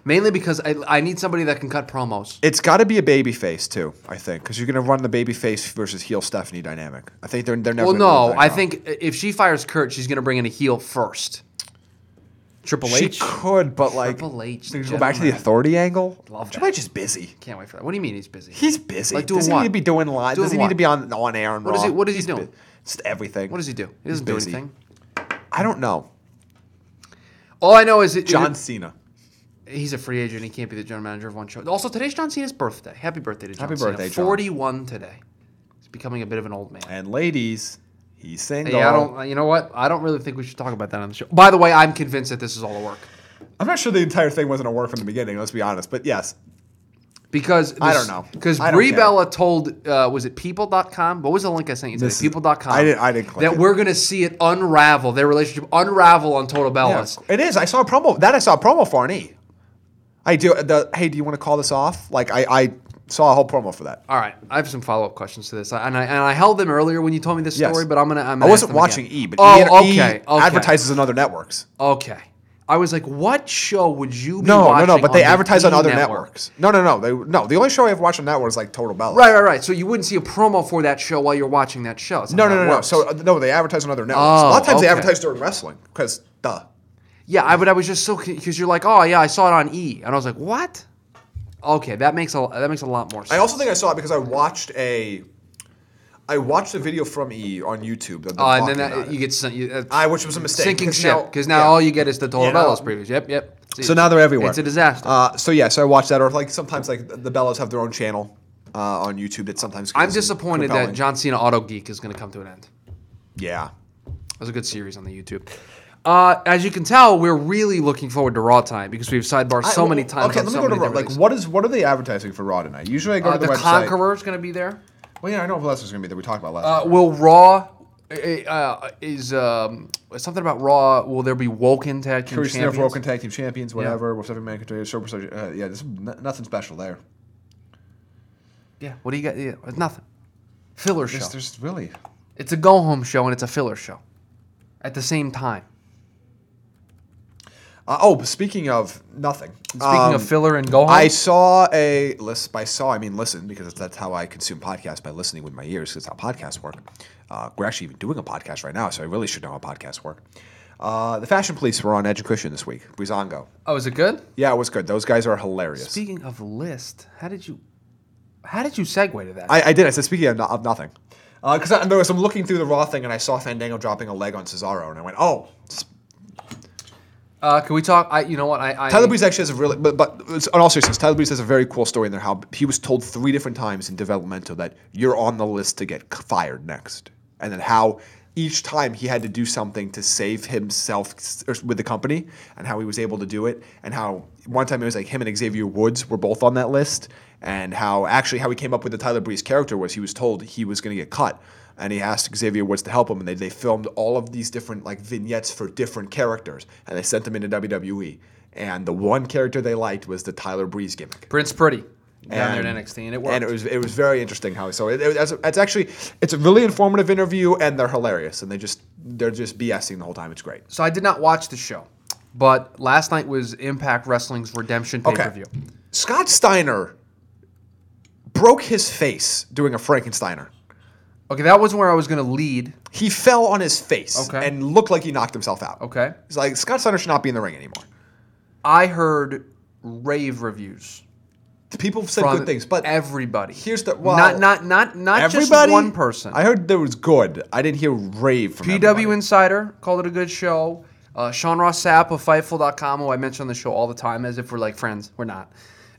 S6: Mainly because I, I need somebody that can cut promos.
S7: it's got to be a baby face too. I think because you're gonna run the baby face versus heel Stephanie dynamic. I think they're they're never.
S6: Well,
S7: gonna go with
S6: no,
S7: that
S6: I
S7: route.
S6: think if she fires Kurt, she's going to bring in a heel first. Triple
S7: she
S6: H.
S7: could, but like
S6: Triple H,
S7: Go back to the
S6: gentlemen.
S7: authority angle.
S6: Love
S7: Triple
S6: that.
S7: H is busy.
S6: Can't wait for that. What do you mean he's busy?
S7: He's busy.
S6: Like, doing
S7: does he
S6: what?
S7: need to be doing live?
S6: Doing
S7: Does he
S6: what?
S7: need to be on on air and
S6: What is
S7: Raw?
S6: he- what is he
S7: He's
S6: doing?
S7: bu- Just everything.
S6: what does he do? He
S7: He's
S6: doesn't do
S7: busy.
S6: anything.
S7: I don't know.
S6: All I know is it,
S7: John
S6: it-
S7: Cena.
S6: he's a free agent. He can't be the general manager of one show. Also, today's John Cena's birthday. Happy birthday to John
S7: Happy
S6: Cena.
S7: birthday, John.
S6: 41 today. He's becoming a bit of an old man.
S7: And ladies, he's single.
S6: Hey, I don't. You know what? I don't really think we should talk about that on the show. By the way, I'm convinced that this is all a work
S7: I'm not sure the entire thing wasn't a work from the beginning. Let's be honest. But yes,
S6: because
S7: I
S6: this-
S7: don't know.
S6: Because
S7: I don't
S6: Brie
S7: care.
S6: Bella told uh, was it people.com? What was the link I sent you? Today?
S7: This-
S6: People.com.
S7: I didn't- I didn't click
S6: that
S7: it.
S6: we're gonna see it unravel their relationship unravel on Total Bellas.
S7: Yeah, Oh, it is. I saw a promo. That I saw a promo for an E. I do. The hey, do you want to call this off? Like I, I saw a whole promo for that.
S6: All right, I have some follow up questions to this, I- and I and I held them earlier when you told me this
S7: Yes.
S6: story, but I'm gonna. I'm
S7: I
S6: gonna ask
S7: wasn't
S6: them again.
S7: watching E, but
S6: oh,
S7: e,
S6: okay,
S7: E
S6: okay,
S7: advertises on other networks.
S6: Okay, I was like, what show would you be
S7: No, no,
S6: watching?
S7: no. But they
S6: the
S7: advertise on
S6: E
S7: other
S6: network?
S7: networks. No, no, no. They no. The only show I ever watched on network is like Total Bellas.
S6: Right, right, right. So you wouldn't see a promo for that show while you're watching that show. It's not
S7: No,
S6: how
S7: no,
S6: it
S7: no, no.
S6: works.
S7: So uh, no, they advertise on other networks. a lot of times they
S6: Oh, okay.
S7: advertise during wrestling because duh.
S6: yeah, I, but I was just so because you're like, oh yeah, I saw it on E, and I was like, what? Okay, that makes a that makes a lot more sense.
S7: I also think I saw it because I watched a. I watched a video from E on YouTube. That they're
S6: Oh, and then
S7: talking about
S6: that,
S7: it.
S6: you get sent. You, uh,
S7: I, which was a mistake.
S6: sinking
S7: because
S6: ship
S7: now-
S6: because now,
S7: yeah.
S6: all you get is the Total
S7: Yeah, now-
S6: Bellas previews. Yep, yep. It's-
S7: So now they're everywhere.
S6: It's a disaster.
S7: Uh, so yeah, so I watched that, or if, like sometimes like the Bellas have their own channel uh, on YouTube that sometimes.
S6: I'm
S7: is
S6: disappointed
S7: compelling.
S6: that John Cena Auto Geek is going to come to an end.
S7: Yeah,
S6: That was a good series on the YouTube. Uh, as you can tell, we're really looking forward to Raw time because we've sidebarred so
S7: I-
S6: many times.
S7: Okay,
S6: on
S7: let me
S6: so
S7: go to
S6: many
S7: Raw.
S6: different
S7: Like,
S6: things.
S7: what is what are they advertising for Raw tonight? Usually, I go
S6: Uh,
S7: to
S6: the
S7: the, website.
S6: Conqueror's going to be there.
S7: Well, yeah, I know who else is going to be there. We talked about last.
S6: Uh,
S7: time.
S6: will Raw uh, uh, is um, something about Raw? Will there be Woken tag team
S7: Curry Sniff,
S6: champions?
S7: Broken Tag Team Champions, whatever. With Stephanie McIntyre, Super Sergeant- uh, Yeah, there's n- nothing special there.
S6: Yeah. What do you got? Yeah, it's nothing. Filler show.
S7: There's, there's really.
S6: It's a go home show and it's a filler show at the same time.
S7: Uh, oh, speaking of nothing. um,
S6: And speaking of filler and go home,
S7: I saw a list. By saw, I mean listen, because that's how I consume podcasts by listening with my ears. Because how podcasts work. Uh, we're actually even doing a podcast right now, so I really should know how podcasts work. Uh, the Fashion Police were on Edge and Cushion this week. Brizongo.
S6: oh, is it good?
S7: Yeah, it was good. Those guys are hilarious.
S6: Speaking of list, how did you, how did you segue to that?
S7: I, I did. I said speaking of, no, of nothing, because I there was I'm looking through the Raw thing and I saw Fandango dropping a leg on Cesaro, and I went, oh.
S6: uh, can we talk? I, you know what? I, I
S7: Tyler Breeze actually has a really, but, but it's- on all seriousness, Tyler Breeze has a very cool story in there. How he was told three different times in developmental that you're on the list to get c- fired next, and then how each time he had to do something to save himself s- or s- with the company, and how he was able to do it, and how one time it was like him and Xavier Woods were both on that list, and how actually how he came up with the Tyler Breeze character was he was told he was going to get cut. And he asked Xavier Woods to help him, and they, they filmed all of these different like vignettes for different characters, and they sent them into WWE and the one character they liked was the Tyler Breeze gimmick.
S6: Prince Pretty down there
S7: And-
S6: at NXT, and it worked.
S7: And it was it was very interesting how so it, it, that's, that's actually it's a really informative interview and they're hilarious and they just they're just BSing the whole time. It's great.
S6: so I did not watch the show, but last night was Impact Wrestling's Redemption pay
S7: Okay.
S6: per view.
S7: Scott Steiner broke his face doing a Frankensteiner.
S6: Okay, that wasn't where I was going to lead.
S7: He fell on his face
S6: Okay.
S7: and looked like he knocked himself out.
S6: Okay.
S7: It's like Scott Steiner should not be in the ring anymore.
S6: I heard rave reviews.
S7: People have said
S6: from
S7: good things, but
S6: everybody.
S7: here's the- well,
S6: not not not not just
S7: everybody
S6: one person.
S7: I heard there was good. I didn't hear rave from
S6: PW
S7: everybody.
S6: Insider called it a good show. Uh, Sean Ross Sapp of Fightful.com, who I mention on the show all the time as if we're like friends. We're not.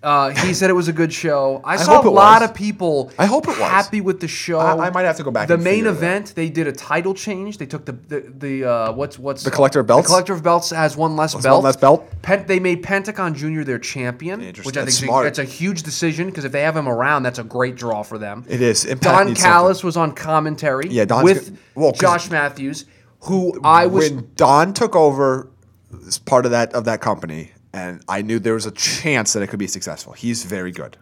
S6: Uh, he said it was a good show. I, saw
S7: hope
S6: a
S7: it
S6: lot
S7: was.
S6: of people
S7: I hope it was.
S6: happy with the show.
S7: I- I might have to go back
S6: The
S7: and
S6: main
S7: figure it out.
S6: event, they did a title change. They took the the, the uh, what's what's
S7: The Collector of Belts?
S6: The collector of belts has one less
S7: Has
S6: belt.
S7: one less belt?
S6: Pen- they made Pentagon Junior their champion,
S7: Interesting.
S6: which I think
S7: That's
S6: is a-
S7: smart.
S6: it's a huge decision because if they have him around, that's a great draw for them.
S7: It is. Impact
S6: Don
S7: needs something.
S6: Callis was on commentary.
S7: Yeah, Don's
S6: with
S7: go- well, 'cause-
S6: Josh Matthews, who I was
S7: when Don took over is part of that of that company, and I knew there was a chance that it could be successful. He's very good.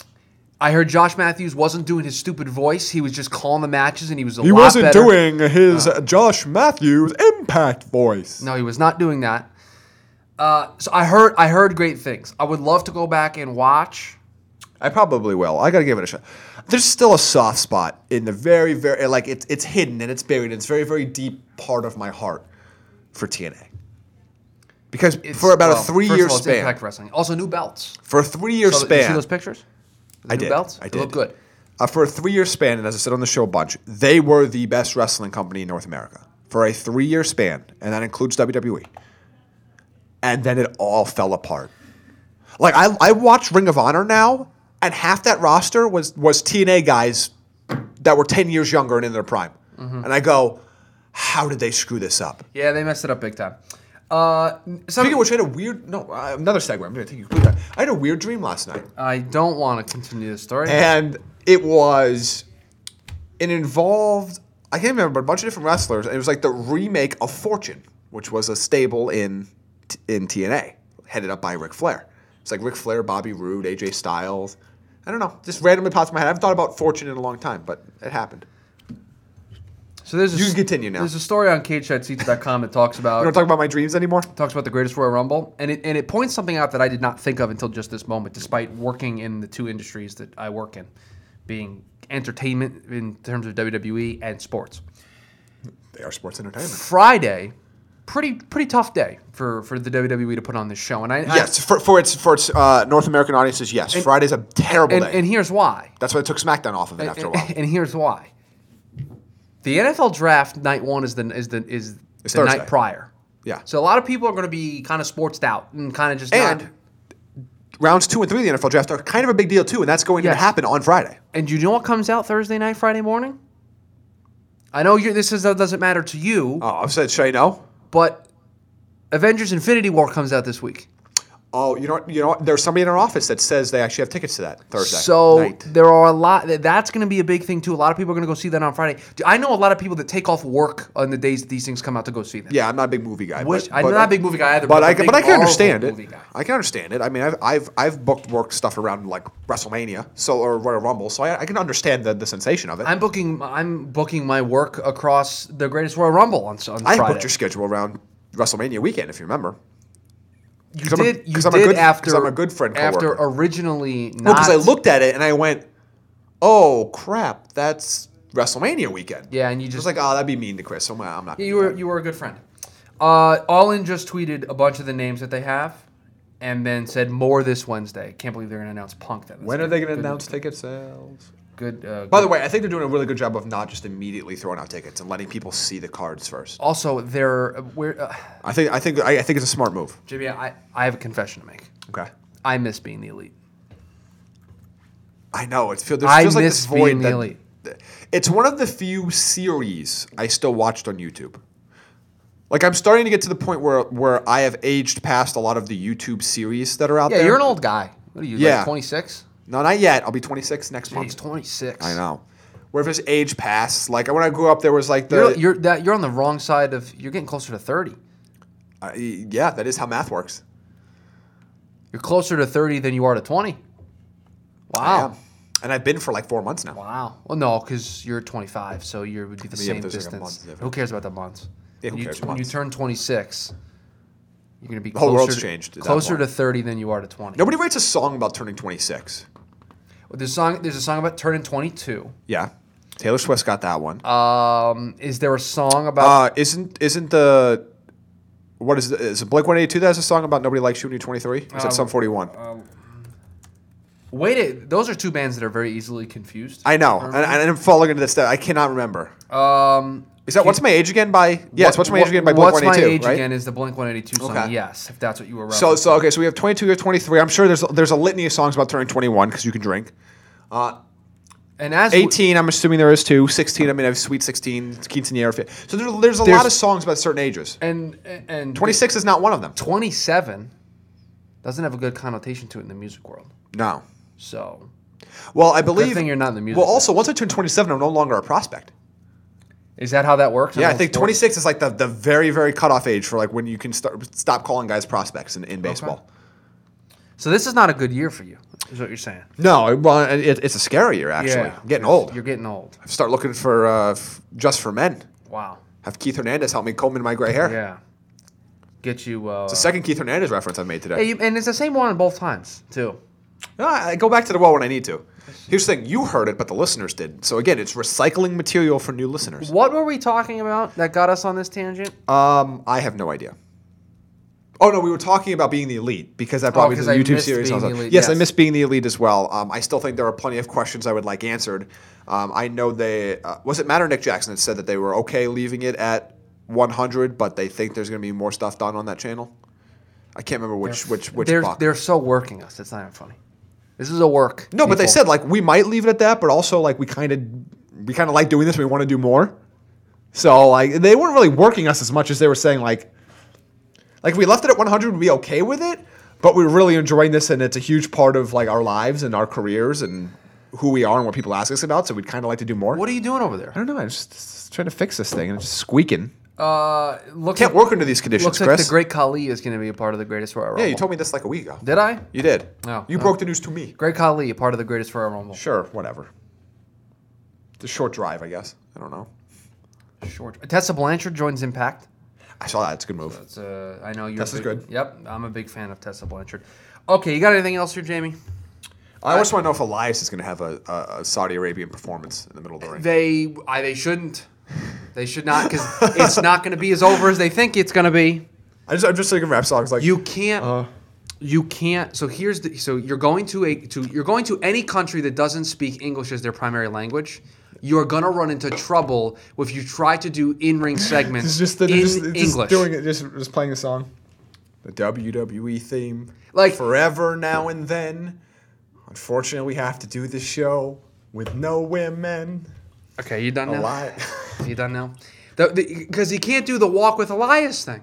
S6: I heard Josh Matthews wasn't doing his stupid voice. He was just calling the matches, and he was a
S7: He
S6: lot
S7: wasn't
S6: better.
S7: doing his Josh Matthews impact voice.
S6: No, he was not doing that. Uh, so I heard I heard great things. I would love to go back and watch.
S7: I probably will. I gotta give it a shot. There's still a soft spot in the very, very like it's it's hidden and it's buried. And it's very, very deep part of my heart for TNA. Because
S6: It's-
S7: for about
S6: well,
S7: a three
S6: first
S7: year
S6: of all, it's
S7: span,
S6: Impact Wrestling. Also, new belts.
S7: for a three year
S6: So,
S7: span,
S6: You see those pictures? The
S7: I
S6: new
S7: did.
S6: Belts?
S7: I
S6: They
S7: did.
S6: Look good.
S7: Uh, for a three year span, and as I said on the show a bunch, they were the best wrestling company in North America for a three year span, and that includes WWE. And then it all fell apart. Like I, I watch Ring of Honor now, and half that roster was was TNA guys that were ten years younger and in their prime.
S6: Mm-hmm.
S7: And I go, how did they screw this up?
S6: Yeah, they messed it up big time. Uh, some,
S7: Speaking of which, I had a weird no uh, another segue. I'm going to take you. quick time. I had a weird dream last night.
S6: I don't want to continue this story.
S7: and it was it involved I can't remember but a bunch of different wrestlers, and it was like the remake of Fortune, which was a stable in in TNA, headed up by Ric Flair. It's like Ric Flair, Bobby Roode, AJ Styles. I don't know, just randomly pops in my head. I haven't thought about Fortune in a long time, but it happened.
S6: so there's a,
S7: you
S6: s-
S7: can continue now.
S6: There's a story on CageSideSeats.com that talks about
S7: You don't talk about my dreams anymore.
S6: talks about the greatest Royal Rumble, and it and it points something out that I did not think of until just this moment, despite working in the two industries that I work in, being entertainment in terms of WWE and sports.
S7: They are sports entertainment.
S6: Friday, pretty pretty tough day for for the WWE to put on this show, and I I-
S7: Yes, for, for its for its uh, North American audiences, yes. Friday's a terrible
S6: and,
S7: day.
S6: and here's why.
S7: That's why I took SmackDown off of it after a
S6: and,
S7: while.
S6: and here's why. The NFL draft night one is the is the is
S7: It's
S6: the
S7: Thursday.
S6: night prior.
S7: Yeah.
S6: So a lot of people are going to be kind of sportsed out and kind of just
S7: And
S6: not-
S7: rounds two and three of the NFL draft are kind of a big deal too, and that's going
S6: Yes.
S7: to happen on Friday.
S6: And you know what comes out Thursday night, Friday morning? I know you're, this is, doesn't matter to you,
S7: Oh, I've said Shay no.
S6: but Avengers: Infinity War comes out this week.
S7: Oh, you know, what- you know, what? there's somebody in our office that says they actually have tickets to that Thursday.
S6: So
S7: night.
S6: there are a lot. that- That's going to be a big thing too. A lot of people are going to go see that on Friday. Do- I know a lot of people that take off work on the days that these things come out to go see them.
S7: yeah, I'm not a big movie guy.
S6: Wish-
S7: but,
S6: I'm
S7: but-
S6: not a big movie guy either,
S7: but
S6: but I'm
S7: I
S6: a
S7: can,
S6: big
S7: but I can
S6: Marvel
S7: understand it.
S6: movie guy.
S7: I can understand it. I mean, I've, I've I've booked work stuff around like WrestleMania, so or Royal Rumble, so I, I can understand the, the sensation of it.
S6: I'm booking. I'm booking my work across the Greatest Royal Rumble on, on
S7: I
S6: Friday.
S7: booked your schedule around WrestleMania weekend, if you remember.
S6: you
S7: 'cause I'm a-
S6: did. you
S7: 'cause I'm a
S6: did
S7: good- 'cause
S6: after.
S7: I'm a good friend
S6: After
S7: coworker.
S6: originally
S7: No,
S6: not.
S7: because I looked at it and I went, "Oh crap, that's WrestleMania weekend."
S6: Yeah, and you
S7: I was
S6: just
S7: like, "Oh, that'd be mean to Chris." So I'm, I'm not. gonna
S6: Yeah, you
S7: do
S6: were
S7: that."
S6: you were a good friend. Uh, All in just tweeted a bunch of the names that they have, and then said more this Wednesday. Can't believe they're going to announce Punk. That
S7: When are they going to announce ticket sales?
S6: Good. Uh,
S7: By
S6: good-
S7: the way, I think they're doing a really good job of not just immediately throwing out tickets and letting people see the cards first.
S6: also, they're we're uh,
S7: I think I think I, I think it's a smart move.
S6: Jimmy. I I have a confession to make.
S7: Okay.
S6: I miss being the elite.
S7: I know it feels. There's,
S6: I
S7: feels like
S6: miss
S7: this void
S6: being the
S7: that-
S6: elite.
S7: It's one of the few series I still watched on YouTube. Like I'm starting to get to the point where where I have aged past a lot of the YouTube series that are out
S6: Yeah,
S7: there.
S6: you're an old guy. What are you?
S7: Yeah.
S6: like 26.
S7: No, not yet. I'll be 26 next
S6: He's
S7: month.
S6: 26.
S7: I know. Where if it's age pass, like when I grew up, there was like the
S6: You're, you're that you're on the wrong side of. You're getting closer to 30.
S7: Uh, yeah, that is how math works.
S6: You're closer to 30 than you are to 20.
S7: I
S6: Wow.
S7: am. And I've been for like four months now.
S6: Wow. Well, no, because you're 25, so you would be the
S7: Yeah,
S6: same
S7: but there's like a month
S6: distance.
S7: difference.
S6: who cares about the months?
S7: Yeah, who
S6: When you,
S7: cares?
S6: When you
S7: Months.
S6: turn 26, you're going to be
S7: whole
S6: closer
S7: world's
S6: to,
S7: changed at that
S6: closer
S7: point.
S6: to 30 than you are to 20.
S7: Nobody writes a song about turning 26.
S6: There's a song. There's a song about turning 22.
S7: Yeah. Taylor Swift got that one. Uh,
S6: Um, is there a song about?
S7: isn't isn't the what is it? Is it Blink 182 that has a song about nobody likes you when you're 23? Or Is
S6: Uh,
S7: that Sum 41?
S6: wait, it, those are two bands that are very easily confused.
S7: I know. And, and I'm falling into this step. I cannot remember.
S6: uh, Um,
S7: Is that What's My Age Again by Yes,
S6: what-
S7: What's My
S6: what-
S7: Age Again by Blink
S6: What's
S7: 182,
S6: my age
S7: right?
S6: again is the Blink 182 song.
S7: Okay.
S6: Yes, if that's what you were.
S7: So,
S6: referencing.
S7: so okay, so we have 22 or 23. I'm sure there's there's a litany of songs about turning 21 because you can drink.
S6: and as we-
S7: 18, I'm assuming there is too. 16, I mean, I have Sweet 16, Quinceanera. Fi- So there's, there's a
S6: There's-
S7: lot of songs about certain ages.
S6: and and
S7: 26 is not one of them.
S6: 27 doesn't have a good connotation to it in the music world.
S7: No.
S6: So
S7: Well, I believe.
S6: thing you're not in the music
S7: Well,
S6: business.
S7: also, once I turn 27, I'm no longer a prospect.
S8: Is that how that works?
S7: Yeah, I
S8: don't
S7: think
S8: know if
S7: 26 is like the, the very, very cutoff age for like when you can start stop calling guys prospects in, in baseball.
S6: So this is not a good year for you, is what you're saying.
S7: No, it- well, it, it's a scary year, actually.
S8: Yeah.
S7: I'm getting old.
S6: You're getting old.
S7: Start looking for uh, f- just for men.
S6: Wow.
S7: Have Keith Hernandez help me comb in my gray hair.
S6: Yeah. Get you. Uh,
S7: The second Keith Hernandez reference I've made today.
S6: hey, you- and it's the same one both times too.
S7: No, I I go back to the well when I need to. Here's the thing: you heard it, but the listeners did. So again, it's recycling material for new listeners.
S6: What were we talking about that got us on this tangent?
S7: Um, I have no idea. Oh no, we were talking about being the elite because that brought
S6: Oh,
S7: me to
S6: 'cause
S7: the
S6: I
S7: YouTube
S6: missed
S7: series. and I was
S6: being the
S7: like,
S6: elite,
S7: yes, I
S6: yes.
S7: miss being the elite as well. Um, I still think there are plenty of questions I would like answered. Um, I know they uh, was it Matt or Nick Jackson that said that they were okay leaving it at 100, but they think there's going to be more stuff done on that channel. I can't remember which which which.
S6: they're
S7: buck.
S6: they're so working us. It's not even funny. This is a work.
S7: No, but they
S6: people.
S7: said like we might leave it at that, but also like we kind of we kind of like doing this. We want to do more. So like they weren't really working us as much as they were saying like like if we left it at 100, we'd be okay with it, but we're really enjoying this, and it's a huge part of like our lives and our careers and who we are and what people ask us about. So we'd kind of like to do more.
S6: "What are you doing over there?"
S7: I don't know. I'm just, just trying to fix this thing, and it's just squeaking.
S6: Uh, looks
S7: Can't
S6: like,
S7: work under these conditions,
S6: looks
S7: Chris.
S6: like the great Khali is going to be a part of the greatest Royal Rumble.
S7: yeah, you told me this like a week ago.
S6: Did I?
S7: You did.
S6: No,
S7: you
S6: no.
S7: broke the news to me.
S6: Great Khali, a part of the greatest Royal Rumble.
S7: Sure, whatever. It's a short drive, I guess. I don't know.
S6: Short. Tessa Blanchard joins Impact.
S7: I saw that. It's a good move.
S6: It's, uh, I know you're. a
S7: Tessa's
S6: big-
S7: good.
S6: Yep, I'm a big fan of Tessa Blanchard. Okay, you got anything else here, Jamie?
S7: I just want to know if Elias is going to have a, a, a Saudi Arabian performance in the middle of the ring.
S6: They, I, they shouldn't. They should not, because it's not going to be as over as they think it's going to be.
S7: I just, I'm just thinking rap songs like
S6: You can't.
S7: Uh.
S6: you can't. So here's the. So you're going to a to you're going to any country that doesn't speak English as their primary language. You're gonna run into trouble if you try to do in-ring segments
S7: It's just the,
S6: in
S7: just, just
S6: English.
S7: doing it, just, just playing a song. The WWE theme,
S6: Like-
S7: forever now and then. Unfortunately, we have to do this show with no women.
S6: okay, you done now?
S7: Elias,
S6: You done now? Because he can't do the walk with Elias thing.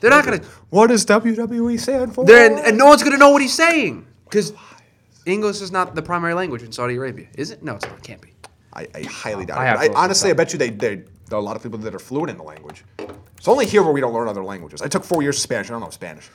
S6: They're not gonna.
S7: what does WWE stand for?
S6: They're, and no one's gonna know what he's saying because English is not the primary language in Saudi Arabia, is it? No, it's not. It can't be.
S7: I, I highly doubt
S6: I
S7: it. But
S6: have to look
S7: I,
S6: this
S7: honestly, I bet you they, they there are a lot of people that are fluent in the language. It's only here where we don't learn other languages. I took four years of Spanish. I don't know Spanish.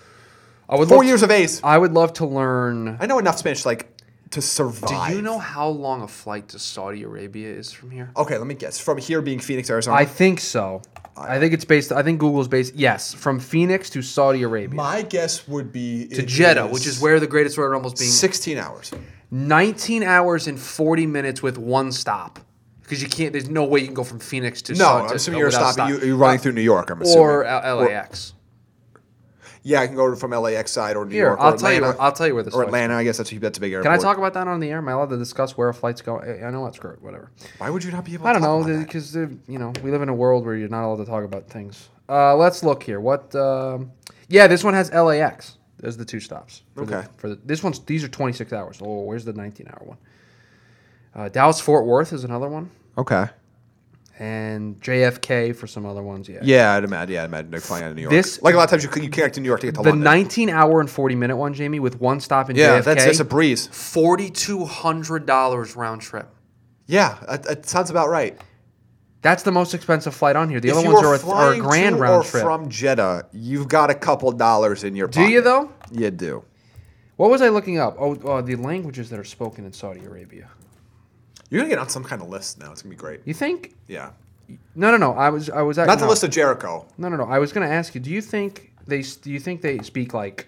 S6: I would
S7: Four years of A's.
S6: I would love to learn.
S7: I know enough Spanish like to
S6: Do
S7: survive.
S6: you know how long a flight to Saudi Arabia is from here?
S7: Okay, let me guess. From here being Phoenix, Arizona.
S6: I think so. I think it's based. I think Google's based. Yes, from Phoenix to Saudi Arabia
S7: My guess would be
S6: to Jeddah, which is where the greatest Royal Rumble is being.
S7: 16 hours.
S6: 19 hours and 40 minutes with one stop. Because you can't, there's no way you can go from Phoenix to
S7: No,
S6: Saudi-
S7: I'm assuming
S6: uh,
S7: you're
S6: without
S7: stopping. You, you're running through New York. I'm assuming.
S6: or uh, L- LAX.
S7: yeah, I can go from LAX side or New
S6: Here,
S7: York. Or
S6: I'll tell you.
S7: Atlanta,
S6: Where, I'll tell you where this.
S7: or
S6: flight's
S7: Atlanta. I guess that's a, that's a big
S6: going. Can
S7: airport.
S6: I talk about that on the air? Am I allowed to discuss where a flight's going? I know that's screw it, Whatever.
S7: Why would you not be able?
S6: I don't
S7: to talk
S6: know
S7: About that?
S6: because you know we live in a world where you're not allowed to talk about things. Uh, let's look here. What? Um, yeah, this one has LAX as the two stops. For the-
S7: Okay.
S6: for the, this one's these are 26 hours. Oh, where's the 19 hour one? Uh, Dallas Fort Worth is another one,
S7: Okay.
S6: and JFK for some other ones. Yeah.
S7: Yeah, I'd imagine. Yeah, I'd imagine they're flying out of New York.
S6: This-
S7: like a lot of times you c- you connect to New York to get to
S6: The
S7: London.
S6: 19 hour and 40 minute one, Jamie, with one stop in
S7: yeah,
S6: JFK.
S7: that's that's a breeze.
S6: Forty-two hundred dollars round trip.
S7: Yeah, that, that sounds about right.
S6: That's the most expensive flight on here. The
S7: if
S6: other
S7: you
S6: ones
S7: are
S6: are a, are a
S7: flying
S6: grand
S7: to
S6: round
S7: or
S6: trip.
S7: from Jeddah, you've got a couple dollars in your
S6: Do
S7: pocket.
S6: you though?
S7: You do.
S6: What was I looking up? Oh, uh, the languages that are spoken in Saudi Arabia.
S7: You're gonna get on some kind of list now. It's gonna be great.
S6: You think?
S7: Yeah.
S6: No, no, no. I was, I was. At,
S7: Not
S6: no.
S7: the list of Jericho.
S6: No, no, no. I was going to ask you. Do you think they? s- Do you think they speak like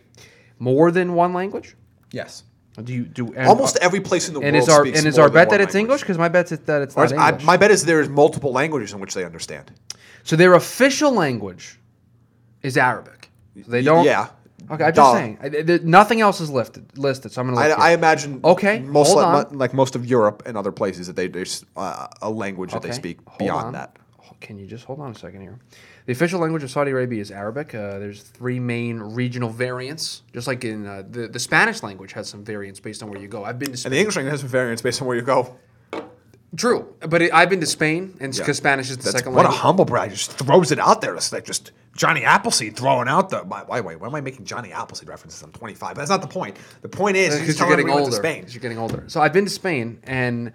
S6: more than one language?
S7: Yes.
S6: Or do you do and- uh,
S7: Almost every place in the
S6: And
S7: world.
S6: is our
S7: speaks
S6: and is
S7: more
S6: our
S7: than
S6: bet
S7: one
S6: that it's
S7: language.
S6: English? Because my bet is that it's
S7: Or
S6: not
S7: is- I-
S6: English.
S7: my bet is there's multiple languages in which they understand.
S6: so their official language is Arabic. So they don't.
S7: yeah.
S6: Okay, I'm
S7: Duh.
S6: just saying. I, there, nothing else is listed. Listed. So I'm going to.
S7: I, I imagine
S6: Okay,
S7: most
S6: hold
S7: like,
S6: on.
S7: like most of Europe and other places that they there's uh, a language that they speak beyond that.
S6: Can you just hold on a second here? The official language of Saudi Arabia is Arabic. Uh, there's three main regional variants, just like in uh, the the Spanish language has some variants based on where you go. I've been to Spain.
S7: And the English language has some variance based on where you go.
S6: True, but it, I've been to Spain, and
S7: Yeah.
S6: because Spanish is the
S7: That's-
S6: second
S7: what
S6: language.
S7: a humble brag! Just throws it out there. It's like just Johnny Appleseed throwing out the. Why, why, wait, why am I making Johnny Appleseed references? I'm 25. That's not the point. The point is, he's
S6: because you're
S7: telling
S6: getting
S7: everyone
S6: older.
S7: it's Spain.
S6: You're getting older. So I've been to Spain, and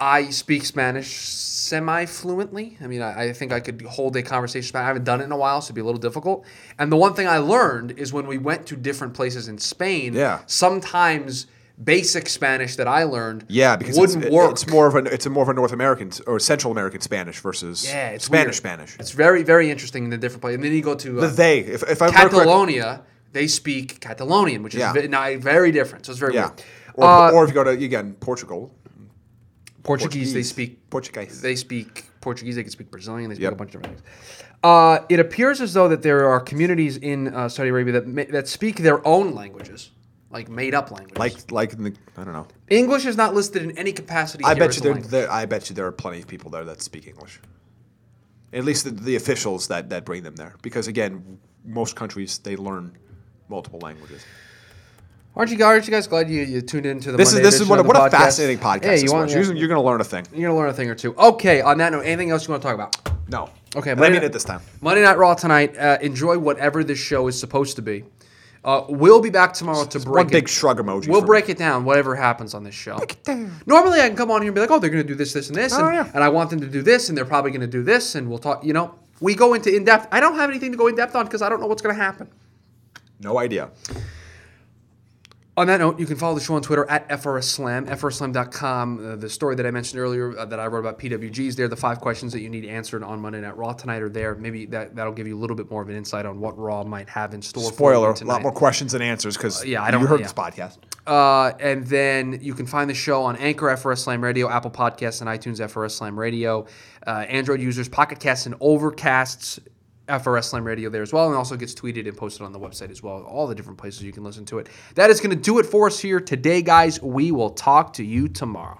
S6: I speak Spanish semi fluently. I mean, I, I think I could hold a conversation. I haven't done it in a while, so it'd be a little difficult. And the one thing I learned is when we went to different places in Spain,
S7: Yeah.
S6: sometimes basic Spanish that I learned
S7: Yeah, because it's,
S6: wouldn't
S7: it-
S6: work.
S7: it's more of a it's a more of a North American or Central American Spanish versus
S6: yeah, it's
S7: Spanish
S6: weird.
S7: Spanish.
S6: It's very, very interesting in the different places. And then you go to uh,
S7: the they if, if I remember correctly-
S6: Catalonia, they speak Catalonian, which is
S7: Yeah.
S6: ve- now very different. So it's very
S7: yeah,
S6: weird.
S7: or,
S6: Uh,
S7: or if you go to again Portugal,
S6: Portuguese, they speak
S7: Portuguese.
S6: They speak Portuguese. They can speak Brazilian. They speak
S7: Yep.
S6: a bunch of different things. Uh, it appears as though that there are communities in uh, Saudi Arabia that ma- that speak their own languages, like made up languages.
S7: like like in the, I don't know.
S6: English is not listed in any capacity.
S7: I
S6: here
S7: bet
S6: as
S7: you
S6: a
S7: there,
S6: language.
S7: there I bet you there are plenty of people there that speak English. At least the, the officials that that bring them there, because again, most countries they learn multiple languages.
S6: aren't you guys? Aren't you guys glad you, you tuned into the?
S7: This
S6: Monday
S7: is this is
S6: edition
S7: what a,
S6: of the
S7: what a
S6: podcast?
S7: fascinating podcast.
S6: Hey,
S7: this
S6: you want
S7: was. You're, you're going to learn a thing.
S6: you're gonna learn a thing or two. Okay. On that note, anything else you want to talk about?
S7: No.
S6: Okay,
S7: And I
S6: Monday
S7: mean
S6: Night-
S7: it this time.
S6: Monday Night Raw tonight. Uh, enjoy whatever this show is supposed to be. Uh, we'll be back tomorrow to break
S7: One
S6: it-
S7: big shrug emoji.
S6: We'll
S7: for me.
S6: break it down, whatever happens on this show. Normally, I can come on here and be like, oh, they're going to do this, this, and this.
S7: Oh,
S6: and,
S7: yeah.
S6: and I want them to do this, and they're probably going to do this, and we'll talk. You know, we go into in depth. I don't have anything to go in depth on because I don't know what's going to happen.
S7: No idea.
S6: On that note, you can follow the show on Twitter at FRSlam, FRSlam.com. Uh, the story that I mentioned earlier uh, that I wrote about PWGs, they're the five questions that you need answered on Monday Night Raw tonight are there. Maybe that, that'll give you a little bit more of an insight on what Raw might have in store for
S7: Spoiler:
S6: you
S7: a
S6: tonight.
S7: lot more questions than answers because
S6: yeah, I don't-
S7: you heard
S6: yeah.
S7: this podcast.
S6: Uh, and then you can find the show on Anchor, FRS Slam Radio, Apple Podcasts, and iTunes, FRS Slam Radio. Uh, Android users, Pocket Casts, and Overcasts, FRS Slam Radio there as well. And also gets tweeted and posted on the website as well. All the different places you can listen to it. That is going to do it for us here today, guys. We will talk to you tomorrow.